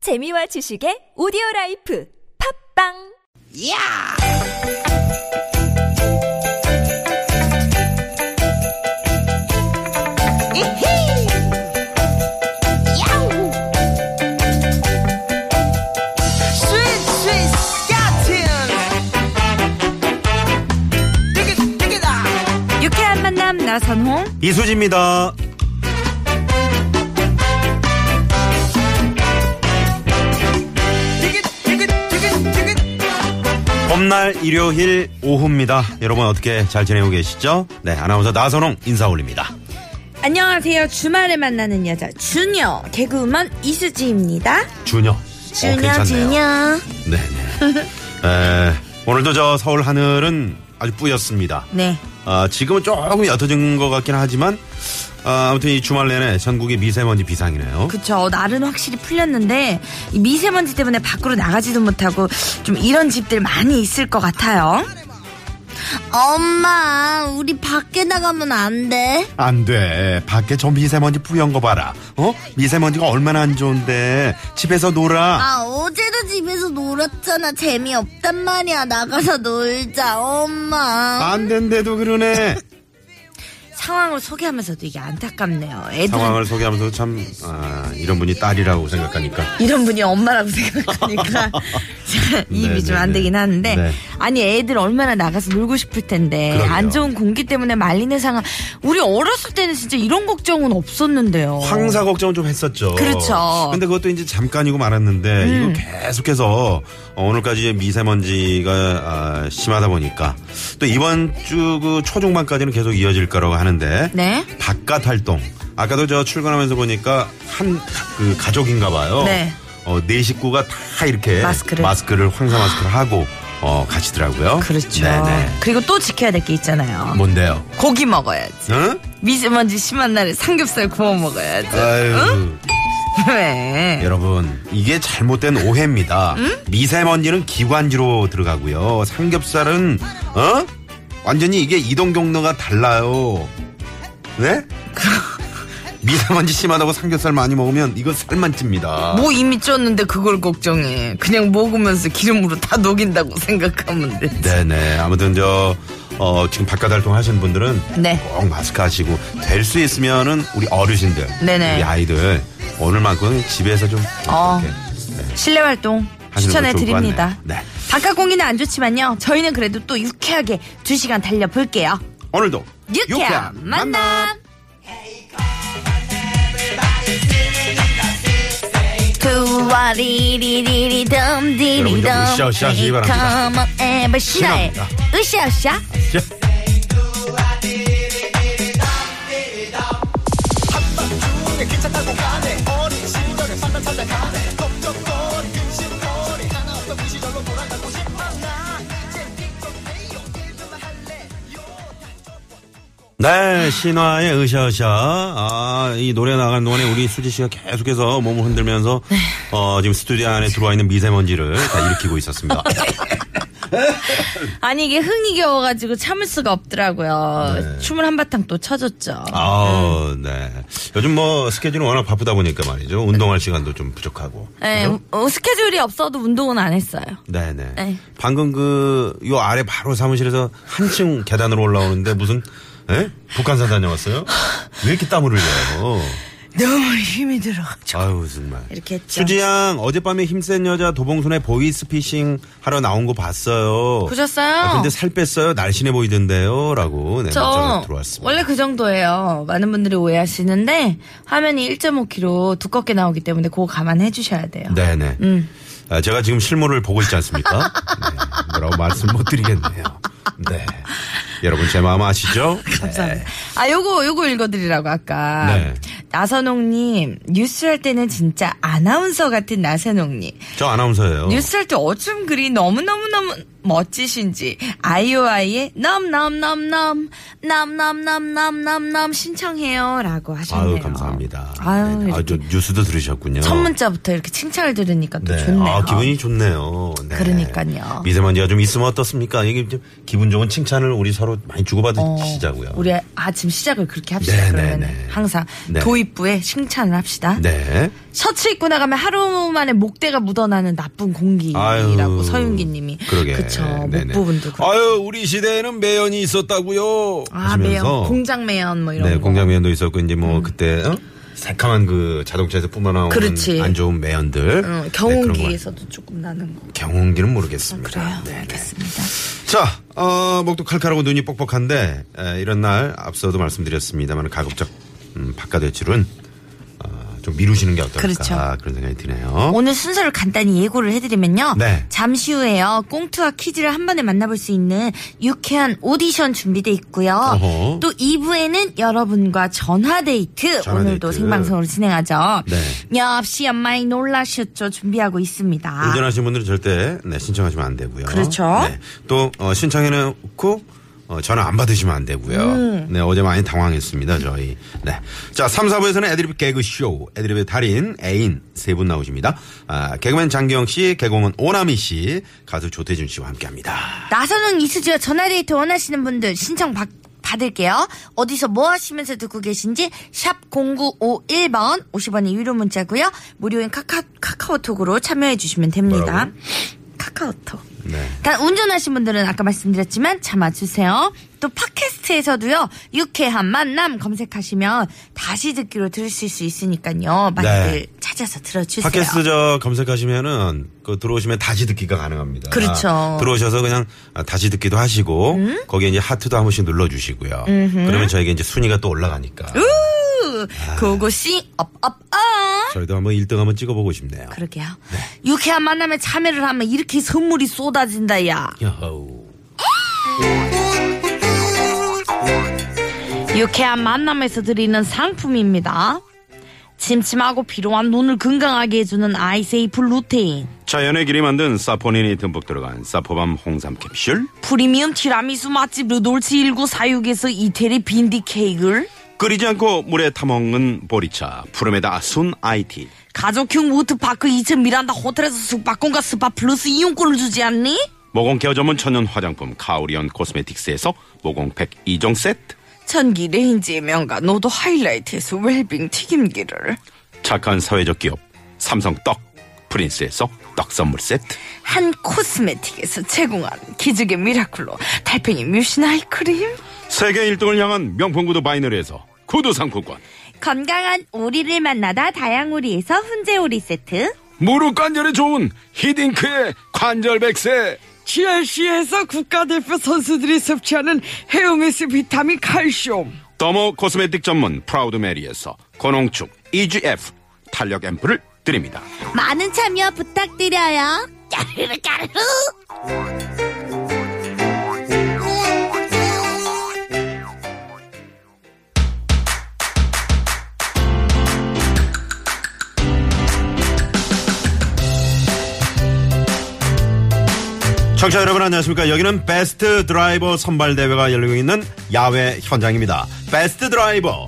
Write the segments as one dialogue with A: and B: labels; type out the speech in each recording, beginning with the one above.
A: 재미와 지식의 오디오 라이프 팝빵!
B: 야! 이히! 야우! 스윗, 스윗, 야틴! 띠깃, 띠깃아!
C: 유쾌한 만남 나선홍
D: 이수지입니다.
B: 띠깃, 띠깃, 띠깃, 띠깃!
D: 봄날 일요일 오후입니다. 여러분 어떻게 잘 지내고 계시죠? 네, 아나운서 나선홍 인사 올립니다.
C: 안녕하세요 주말에 만나는 여자 준여 개그우먼 이수지입니다
D: 준여. 어, 괜찮네요. 네, 네. 에, 오늘도 저 서울 하늘은 아주 뿌였습니다.
C: 네
D: 아, 지금은 조금 옅어진 것 같긴 하지만 아, 아무튼 이 주말 내내 전국이 미세먼지 비상이네요.
C: 그쵸 날은 확실히 풀렸는데 이 미세먼지 때문에 밖으로 나가지도 못하고 좀 이런 집들 많이 있을 것 같아요
E: 엄마, 우리 밖에 나가면 안 돼.
D: 안 돼. 밖에 저 미세먼지 뿌연 거 봐라. 어? 미세먼지가 얼마나 안 좋은데. 집에서 놀아.
E: 아, 어제도 집에서 놀았잖아. 재미없단 말이야. 나가서 놀자, 엄마.
D: 안 된대도 그러네.
C: 상황을 소개하면서도 이게 안타깝네요 애들은
D: 상황을 소개하면서 참 아, 이런 분이 딸이라고 생각하니까
C: 이런 분이 엄마라고 생각하니까 제가
D: 네,
C: 입이 좀 안
D: 네,
C: 되긴
D: 네.
C: 하는데
D: 네.
C: 아니 애들 얼마나 나가서 놀고 싶을 텐데
D: 그럼요.
C: 안 좋은 공기 때문에 말리는 상황 우리 어렸을 때는 진짜 이런 걱정은 없었는데요.
D: 황사 걱정은 좀 했었죠.
C: 그렇죠. 음.
D: 근데 그것도 이제 잠깐이고 말았는데 이거 계속해서 오늘까지 미세먼지가 아, 심하다 보니까 또 이번 주 그 초중반까지는 계속 이어질 거라고 하는데
C: 네.
D: 바깥 활동 아까도 저 출근하면서 보니까 한 그 가족인가 봐요.
C: 네.
D: 어, 네 식구가 다 이렇게
C: 마스크를.
D: 마스크를 황사 마스크를 하고 어, 가시더라고요.
C: 그렇죠.
D: 네네. 뭐-
C: 그리고 또 지켜야 될 게 있잖아요.
D: 뭔데요?
C: 고기 먹어야지.
D: 응?
C: 미세먼지 심한 날에 삼겹살 구워 먹어야지.
D: 아유. 네.
C: 왜?
D: 여러분 이게 잘못된 오해입니다. 미세먼지는 기관지로 들어가고요. 삼겹살은 어 완전히 이게 이동 경로가 달라요. 네? 미세먼지 심하다고 삼겹살 많이 먹으면 이거 살만 찝니다.
C: 뭐 이미 쪘는데 그걸 걱정해. 그냥 먹으면서 기름으로 다 녹인다고 생각하면 돼.
D: 네네 아무튼 저 어, 지금 바깥 활동 하시는 분들은
C: 네.
D: 꼭 마스크 하시고 될 수 있으면은 우리 어르신들,
C: 네네.
D: 우리 아이들 오늘만큼은 집에서 좀
C: 어.
D: 이렇게 네,
C: 실내 활동
D: 하시는 거
C: 추천해
D: 좋을 것
C: 드립니다.
D: 같네요. 네.
C: 바깥 공기는 안 좋지만요. 저희는 그래도 또 유쾌하게 2시간 달려볼게요.
D: 오늘도
C: 유쾌한 만남.
E: 두와리리리리 덤디리덤.
D: 여러분 좀 으쌰으쌰 하시기 바랍니다.
E: Come on, everybody. 싫어해.
D: 신납니다.
E: 으쌰으쌰.
D: 네, 신화의 으샤으샤. 아, 이 노래 나간 동안에 우리 수지 씨가 계속해서 몸을 흔들면서, 어, 지금 스튜디오 안에 들어와 있는 미세먼지를 다 일으키고 있었습니다.
C: 아니 이게 흥이 겨워가지고 참을 수가 없더라고요. 어, 춤을 한바탕 또 쳐줬죠.
D: 네. 아우, 네. 요즘 뭐 스케줄이 워낙 바쁘다 보니까 말이죠. 운동할 시간도 좀 부족하고.
C: 네, 어, 스케줄이 없어도 운동은 안 했어요.
D: 네네.
C: 네.
D: 방금 그, 요 아래 바로 사무실에서 한층 계단으로 올라오는데 무슨, 에? 북한산 다녀왔어요? 왜 이렇게 땀을 흘려요?
C: 너무 힘이 들어가지고.
D: 아유, 정말.
C: 이렇게 했죠.
D: 수지양 어젯밤에 힘센 여자 도봉순의 보이스피싱 하러 나온 거 봤어요.
C: 보셨어요?
D: 아, 근데 살 뺐어요. 날씬해 보이던데요라고 네, 문자가
C: 저
D: 들어왔습니다.
C: 원래 그 정도예요. 많은 분들이 오해하시는데 화면이 1.5kg 두껍게 나오기 때문에 그거 감안해 주셔야 돼요.
D: 네네. 아, 제가 지금 실물을 보고 있지 않습니까? 네, 뭐라고 말씀 못 드리겠네요. 네. 여러분 제 마음 아시죠?
C: 감사합니다. 아, 요거, 요거 읽어드리라고, 아까.
D: 네.
C: 나선홍님, 뉴스 할 때는 진짜 아나운서 같은 나선홍님.
D: 네. 저 아나운서예요.
C: 뉴스 할 때 어쩜 그리 너무너무너무 멋지신지, 아이오아이의 넘넘넘넘, 넘넘넘넘넘넘 신청해요. 라고 하셨네요.
D: 아유 감사합니다.
C: 아유,
D: 네, 네. 아,
C: 이렇게
D: 저 뉴스도 들으셨군요.
C: 첫 문자부터 이렇게 칭찬을 들으니까 또
D: 네.
C: 좋네요.
D: 아, 기분이 좋네요. 네.
C: 그러니까요.
D: 미세먼지가 좀 있으면 어떻습니까? 이게 좀 기분 좋은 칭찬을 우리 서로 많이
C: 어,
D: 주고받으시자고요.
C: 우리 아침 시작을 그렇게 합시다.
D: 네,
C: 그러면
D: 네, 네.
C: 항상
D: 네.
C: 도입부에 칭찬을 합시다.
D: 네.
C: 셔츠 입고 나가면 하루 만에 목대가 묻어나는 나쁜 공기라고
D: 아유,
C: 서윤기님이
D: 그러게.
C: 그쵸 목
D: 네네. 어,
C: 부분도 그렇고
D: 아유 우리 시대에는 매연이 있었다고요.
C: 아
D: 하시면서
C: 매연 공장 매연 뭐 이런
D: 네
C: 거
D: 공장 매연도 있었고 이제 뭐 그때 어? 새카만 그 자동차에서 뿜어나오는
C: 음. 그렇지.
D: 안 좋은 매연들. 네,
C: 응,
D: 그런 거.
C: 어, 경운기에서도 조금 나는 거
D: 경운기는 모르겠습니다.
C: 그래요
D: 네, 네.
C: 알겠습니다
D: 자, 어, 목도 칼칼하고 눈이 뻑뻑한데 에, 이런 날 앞서도 말씀드렸습니다만 가급적 음, 바깥 외출은 어, 좀 미루시는 게 어떨까
C: 그렇죠.
D: 그런 생각이 드네요.
C: 오늘 순서를 간단히 예고를 해드리면요
D: 네.
C: 잠시 후에요 꽁트와 퀴즈를 한 번에 만나볼 수 있는 유쾌한 오디션 준비돼 있고요
D: 어허.
C: 또 2부에는 여러분과 전화데이트
D: 전화
C: 오늘도
D: 데이트.
C: 생방송으로 진행하죠
D: 네.
C: 역시 엄마이 놀라셨죠 준비하고 있습니다
D: 운전하시는 분들은 절대 네, 신청하시면 안 되고요.
C: 아. 그렇죠.
D: 네, 또 어, 신청해놓고 어, 전화 안 받으시면 안 되고요.
C: 음.
D: 네, 어제 많이 당황했습니다 저희. 네, 자 3, 4부에서는 애드립 개그 쇼, 애드립의 달인 애인 세 분 나오십니다. 아, 개그맨 장기영 씨, 개그맨 오나미 씨, 가수 조태준 씨와 함께합니다.
C: 나선홍 이수지와 전화데이트 원하시는 분들 신청 받, 받을게요. 어디서 뭐 하시면서 듣고 계신지 샵 0951번 50원의 유료 문자고요. 무료인 카카, 카카오톡으로 참여해 주시면 됩니다.
D: 뭐라고요?
C: 카카오톡.
D: 네.
C: 단 운전하신 분들은 아까 말씀드렸지만 참아주세요. 또 팟캐스트에서도요. 유쾌한 만남 검색하시면 다시 듣기로 들으실 수 있으니까요. 많이들
D: 네.
C: 찾아서 들어주세요.
D: 팟캐스트 저 검색하시면은 그 들어오시면 다시 듣기가 가능합니다.
C: 그렇죠. 음?
D: 아, 들어오셔서 그냥 아, 다시 듣기도 하시고 거기에 이제 하트도 한 번씩 눌러주시고요. 그러면 저에게 이제 순위가 또 올라가니까
C: 우,
D: 아.
C: 고고씨 업업업.
D: 저희도 한번 1등 한번 찍어보고 싶네요.
C: 그러게요. 유쾌한 만남에 참여를 하면 이렇게 선물이 쏟아진다, 야.
D: 야호.
C: 유쾌한 만남에서 드리는 상품입니다. 침침하고 피로한 눈을 건강하게 해주는 아이세이프 루테인.
F: 자연의 길이 만든 사포닌이 듬뿍 들어간 사포밤 홍삼 캡슐
C: 프리미엄 티라미수 맛집 르돌치 1946에서 이태리 빈디 케이크를.
F: 끓이지 않고 물에 타먹는 보리차 푸르메다 순 아이티
C: 가족형 워터파크 2층 미란다 호텔에서 숙박권과 스파 플러스 이용권을 주지 않니?
F: 모공 케어 전문 천연 화장품 카오리언 코스메틱스에서 모공팩 2종 세트
C: 전기 레인지의 명가 노도 하이라이트에서 웰빙 튀김기를.
F: 착한 사회적 기업 삼성 떡 프린스에서 떡 선물 세트
C: 한 코스메틱에서 제공한 기적의 미라클로 달팽이 뮤신 아이크림
F: 세계 1등을 향한 명품 구두 바이너리에서 구두 상품권
C: 건강한 오리를 만나다 다양오리에서 훈제오리 세트
F: 무릎 관절에 좋은 히딩크의 관절 백세
G: GRC에서 국가대표 선수들이 섭취하는 헤어메스 비타민 칼슘
F: 더모 코스메틱 전문 프라우드 메리에서 고농축 EGF 탄력 앰플을 드립니다.
E: 많은 참여 부탁드려요. 까르르 까르르.
D: 청취자 여러분 안녕하십니까. 여기는 베스트 드라이버 선발 대회가 열리고 있는 야외 현장입니다. 베스트 드라이버.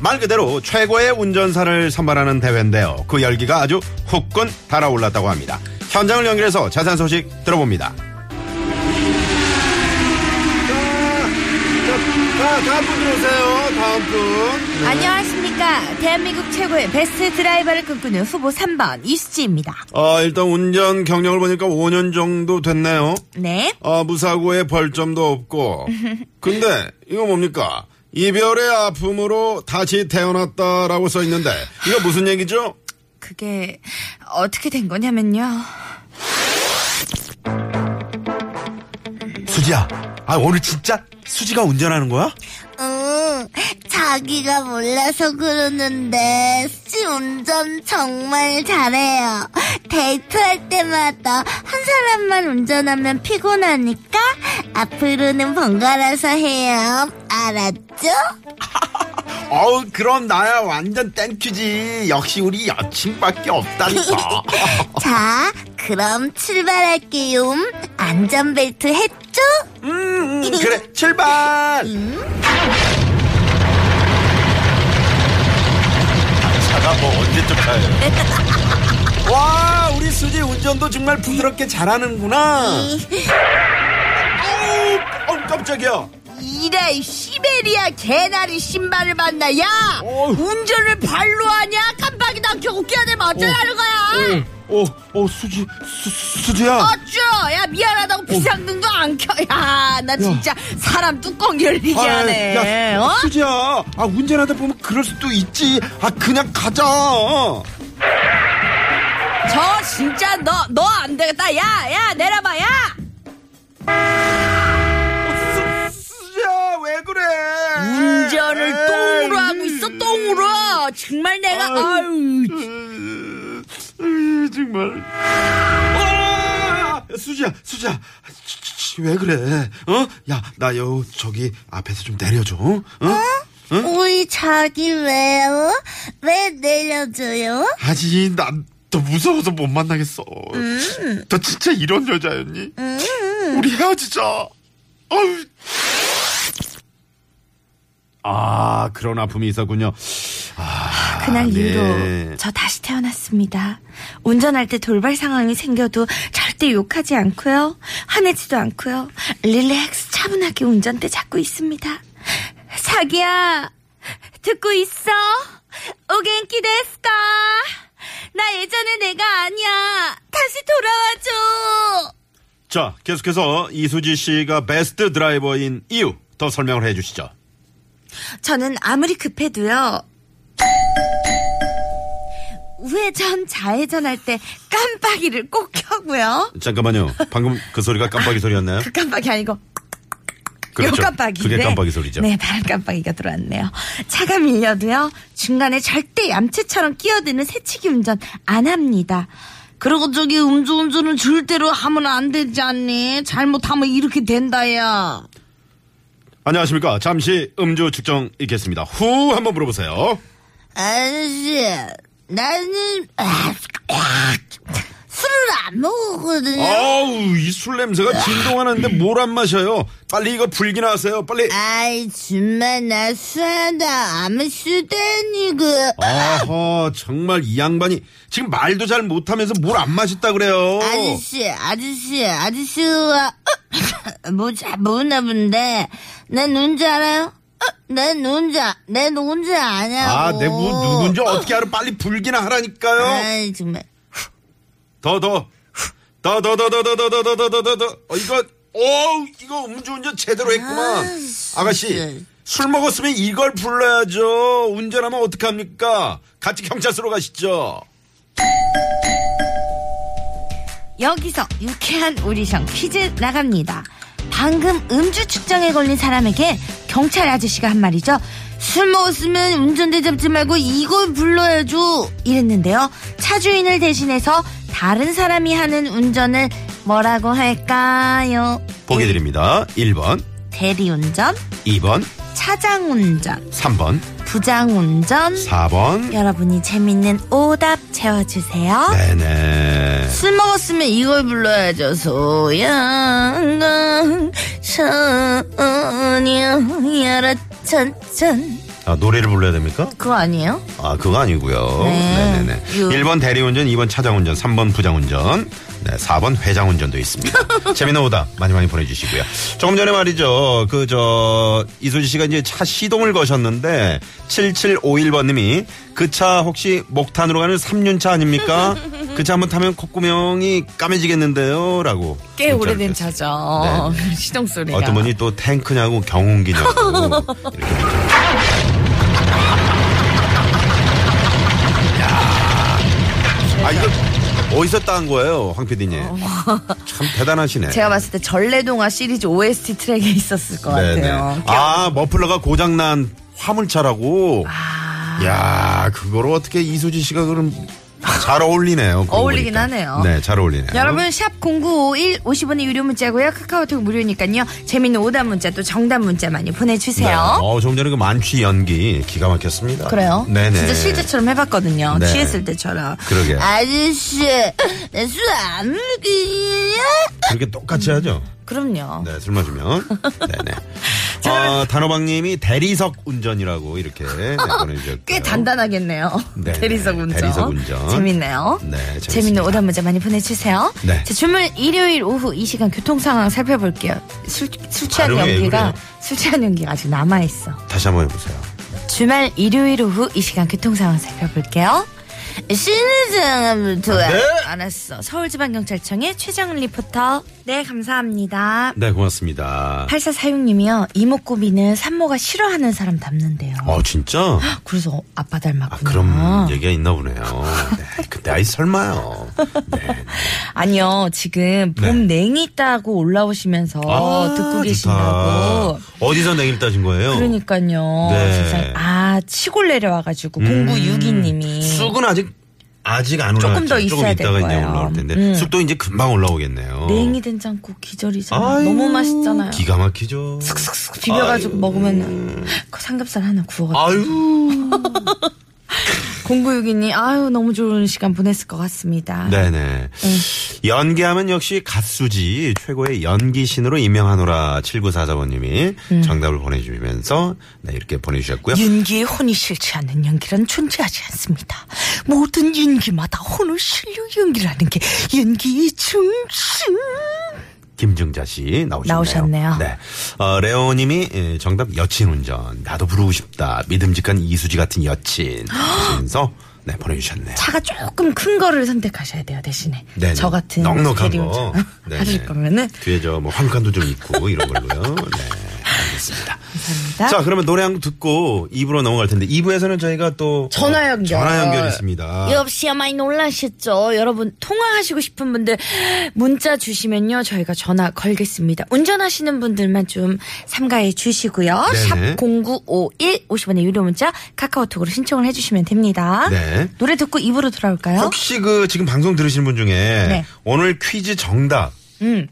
D: 말 그대로 최고의 운전사를 선발하는 대회인데요. 그 열기가 아주 후끈 달아올랐다고 합니다. 현장을 연결해서 자세한 소식 들어봅니다. 다음 분 들어오세요. 다음 분.
C: 안녕하십니까 대한민국 최고의 베스트 드라이버를 꿈꾸는 후보 3번 이수지입니다
D: 어, 일단 운전 경력을 보니까 5년 정도 됐네요.
C: 네
D: 아, 무사고에 벌점도 없고. 근데 이거 뭡니까? 이별의 아픔으로 다시 태어났다라고 써 있는데 이거 무슨 얘기죠?
C: 그게 어떻게 된 거냐면요
D: 수지야, 아 오늘 진짜 수지가 운전하는 거야?
E: 응, 자기가 몰라서 그러는데 씨 운전 정말 잘해요. 데이트할 때마다 한 사람만 운전하면 피곤하니까 앞으로는 번갈아서 해요. 알았죠?
D: 어우 그럼 나야 완전 땡큐지. 역시 우리 여친밖에 없다니까.
E: 자, 그럼 출발할게요. 안전벨트 했죠?
D: 음, 그래 출발. 차가 뭐 언제 쫓아요? 와 우리 수지 운전도 정말 부드럽게 잘하는구나. 어우, 어우 어, 깜짝이야.
C: 이래 시베리아 개나리 신발을 봤나 야
F: 어휴.
C: 운전을 발로 하냐 깜빡이도 안 켜고 깨야 되면 어쩌라는 거야
D: 어, 어, 수지, 수, 수지야.
C: 어쭈 야 미안하다고 비상등도 안 켜 야 나 진짜 사람 뚜껑 열리게
D: 아,
C: 하네
D: 야,
C: 어?
D: 수지야. 아, 운전하다 보면 그럴 수도 있지. 아, 그냥 가자.
C: 저 진짜 너 너 안 되겠다 야 야 내려봐 야
D: 수지야, 왜 그래?
C: 운전을 똥으로 하고 있어 똥으로 정말 내가 아, 음. 아유
D: 으, 정말. 아! 수지야, 수지야. 치, 치, 치, 왜 그래? 어? 야, 나 요, 저기, 앞에서 좀 내려줘. 어?
E: 우리 자기 왜요? 왜 내려줘요?
D: 아니, 난 더 무서워서 못 만나겠어. 너 진짜 이런 여자였니? 우리 헤어지자. 아유. 아, 그런 아픔이 있었군요.
C: 그날
D: 네.
C: 이후로 저 다시 태어났습니다. 운전할 때 돌발 상황이 생겨도 절대 욕하지 않고요. 화내지도 않고요. 릴렉스 차분하게 운전대 잡고 있습니다. 자기야, 듣고 있어? 오겐키 데스까? 나 예전에 내가 아니야. 다시 돌아와줘.
D: 자, 계속해서 이수지 씨가 베스트 드라이버인 이유 더 설명을 해 주시죠.
C: 저는 아무리 급해도요. 우회전 좌회전할 때 깜빡이를 꼭 켜고요.
D: 잠깐만요. 방금 그 소리가 깜빡이 소리였나요?
C: 그 깜빡이 아니고
D: 그렇죠.
C: 요 깜빡이.
D: 그게
C: 네.
D: 깜빡이 소리죠.
C: 네, 다른 깜빡이가 들어왔네요. 차가 밀려도요. 중간에 절대 얌체처럼 끼어드는 새치기 운전 안 합니다.
E: 그리고 저기 음주운전은 절대로 하면 안 되지 않니? 잘못하면 이렇게 된다야.
D: 안녕하십니까. 잠시 음주 측정 있겠습니다. 후 한번 물어보세요.
E: 아저씨, 나는 아, 술을 안
D: 어?
E: 먹었거든요.
D: 아우 이 술 냄새가 진동하는데 뭘 안 마셔요. 빨리 이거 불기나 하세요. 빨리.
E: 아이, 정말 나 술하다 아무 술대니 그.
D: 어? 아하 정말 이 양반이 지금 말도 잘 못하면서 뭘 안 마셨다 그래요.
E: 아저씨, 아저씨, 아저씨가
C: 어?
E: 뭐잘 모르나 본데 난 누군지 알아요? 어? 난 누군지, 아- 내 누군지 아냐고.
D: 아내 뭐 누군지 어떻게 알아? 빨리 불기나 하라니까요.
E: 아이, 정말.
D: 더더더더더더더더더더더더 어, 이거 어 이거 음주운전 제대로 했구만. 아가씨 술 먹었으면 이걸 불러야죠. 운전하면 어떡합니까? 같이 경찰서로 가시죠.
C: 여기서 유쾌한 오디션 퀴즈 나갑니다. 방금 음주 측정에 걸린 사람에게 경찰 아저씨가 한 말이죠. 술 먹었으면 운전대 잡지 말고 이걸 불러야죠. 이랬는데요. 차주인을 대신해서 다른 사람이 하는 운전을 뭐라고 할까요?
D: 보기 드립니다. 1번,
C: 대리운전,
D: 2번,
C: 차장운전,
D: 3번,
C: 부장운전.
D: 4번.
C: 여러분이 재밌는 오답 채워주세요.
D: 네. 네네.
E: 술 먹었으면 이걸 불러야죠. 소양강 천여라 천천.
D: 아, 노래를 불러야 됩니까?
E: 그거 아니에요?
D: 아, 그거 아니고요.
E: 네.
D: 네네네.
E: 요.
D: 1번 대리운전, 2번 차장운전, 3번 부장운전, 네, 4번 회장운전도 있습니다. 재미난 오답 많이 많이 보내주시고요. 조금 전에 말이죠. 그, 저, 이수지 씨가 이제 차 시동을 거셨는데, 7751번님이 그 차 혹시 목탄으로 가는 3륜차 아닙니까? 그 차 한번 타면 콧구멍이 까매지겠는데요? 라고.
G: 꽤
D: 문자를
G: 오래된
D: 주셨어요.
G: 차죠.
D: 네,
G: 시동 소리가.
D: 어떤 분이 또 탱크냐고 경운기냐고 이렇게 문자. 야, 아 이거 어디서 딴 거예요, 황 PD님? 참 대단하시네.
G: 제가 봤을 때 전래동화 시리즈 OST 트랙에 있었을 것
D: 네, 네.
G: 같아요.
D: 아 머플러가 고장난 화물차라고. 야 그거를 어떻게 이수지 씨가 그럼 잘 어울리네요. 그러고
G: 어울리긴
D: 보니까.
G: 하네요.
D: 네, 잘 어울리네요.
C: 여러분 샵 0951 50원의 유료 문자고요. 카카오톡 무료니까요. 재밌는 오답 문자 또 정답 문자
D: 네.
C: 많이 보내주세요.
D: 어, 조금 전에 그 만취 연기 기가 막혔습니다.
C: 그래요?
D: 네네.
C: 진짜 실제처럼 해봤거든요.
D: 네.
C: 취했을 때처럼.
D: 그러게.
E: 아저씨, 술안 먹이냐?
D: 그렇게 똑같이 하죠.
C: 그럼요.
D: 네, 술 마시면. 네네. 어, 단호박님이 대리석 운전이라고 이렇게 네, 보내주셨고
C: 꽤 단단하겠네요.
D: 네,
C: 대리석
D: 네,
C: 운전.
D: 대리석 운전.
C: 재밌네요.
D: 네, 재밌습니다.
C: 재밌는 오답 문자 많이 보내주세요.
D: 네.
C: 자, 주말 일요일 오후 이 시간 교통 상황 살펴볼게요. 술, 술 취한
D: 발음이 왜
C: 연기가,
D: 아, 그래요?
C: 술 취한 연기가 아직 남아있어.
D: 다시 한번 해보세요.
C: 주말 일요일 오후 이 시간 교통 상황 살펴볼게요. 신의장부터
D: 네.
C: 알았어. 서울지방경찰청의 최정은 리포터. 네, 감사합니다.
D: 네, 고맙습니다.
C: 8446님이요. 이목구비는 산모가 싫어하는 사람 닮는데요.
D: 어, 진짜?
C: 그래서 아빠
D: 아,
C: 닮았구나.
D: 그런 얘기가 있나 보네요. 네, 근데 아이 설마요. 네.
C: 아니요, 지금 봄 냉이 따고 올라오시면서
D: 아,
C: 어, 듣고
D: 좋다.
C: 계신다고.
D: 어디서 냉일 따진 거예요?
C: 그러니까요.
D: 네.
C: 세상에. 아, 시골 내려와가지고, 공구 6이님이.
D: 음, 쑥은 아직 아직 안 올라.
C: 조금 더
D: 조금
C: 있어야
D: 있다가
C: 될
D: 이제
C: 거예요.
D: 올라올 텐데
C: 음.
D: 쑥도 이제 금방 올라오겠네요.
C: 냉이 된장국 기절이잖아.
D: 아이고,
C: 너무 맛있잖아요.
D: 기가 막히죠.
C: 쑥쑥 비벼가지고 먹으면 그 삼겹살 하나 구워가지고
D: 아유.
C: 공구육이니 아유 너무 좋은 시간 보냈을 것 같습니다.
D: 네네.
C: 음.
D: 연기하면 역시 가수지 최고의 연기신으로 임명하노라 7944번님이
C: 음.
D: 정답을 보내주면서 네, 이렇게 보내주셨고요.
C: 윤기의 혼이 싫지 않는 연기란 존재하지 않습니다. 모든 연기마다 혼을 실려 연기라는 게 연기의 중심.
D: 김정자 씨 나오셨네요.
C: 나오셨네요.
D: 네. 어, 레오님이 예, 정답 여친 운전. 나도 부르고 싶다. 믿음직한 이수지 같은 여친. 하면서 네, 보내주셨네요.
C: 차가 조금 큰 거를 선택하셔야 돼요 대신에
D: 네네.
C: 저 같은
D: 넉넉한 거
C: 대리운전
D: 네네.
C: 하실 거면은
D: 뒤에 저 뭐 황칸도 좀 있고 이런 걸로요. 네. 알겠습니다.
C: 감사합니다.
D: 자, 그러면 노래 한 곡 듣고 2부로 넘어갈 텐데 2부에서는 저희가 또
C: 전화 연결. 예,
D: 전화 연결 있습니다.
C: 역시 많이 놀라셨죠? 여러분 통화하시고 싶은 분들 문자 주시면요 저희가 전화 걸겠습니다. 운전하시는 분들만 좀 삼가해 주시고요.
D: 네네.
C: 샵 #0951 50원의 유료 문자 카카오톡으로 신청을 해주시면 됩니다.
D: 네.
C: 노래 듣고 입으로 돌아올까요?
D: 혹시 그 지금 방송 들으시는 분 중에
C: 네. 음.
D: 오늘 퀴즈 정답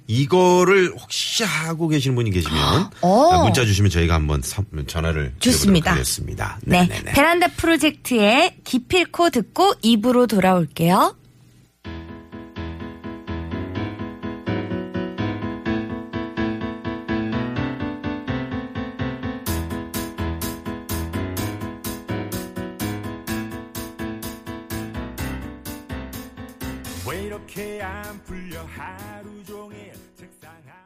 D: 이거를 혹시 하고 계시는 분이 계시면
C: 어.
D: 문자 주시면 저희가 한번 선- 전화를
C: 좋습니다.
D: 드려보도록 하겠습니다.
C: 네,
D: 네네네.
C: 베란다 프로젝트의 기필코 듣고 입으로 돌아올게요.
H: 왜 이렇게 안 풀려 하루 종일 책상 앞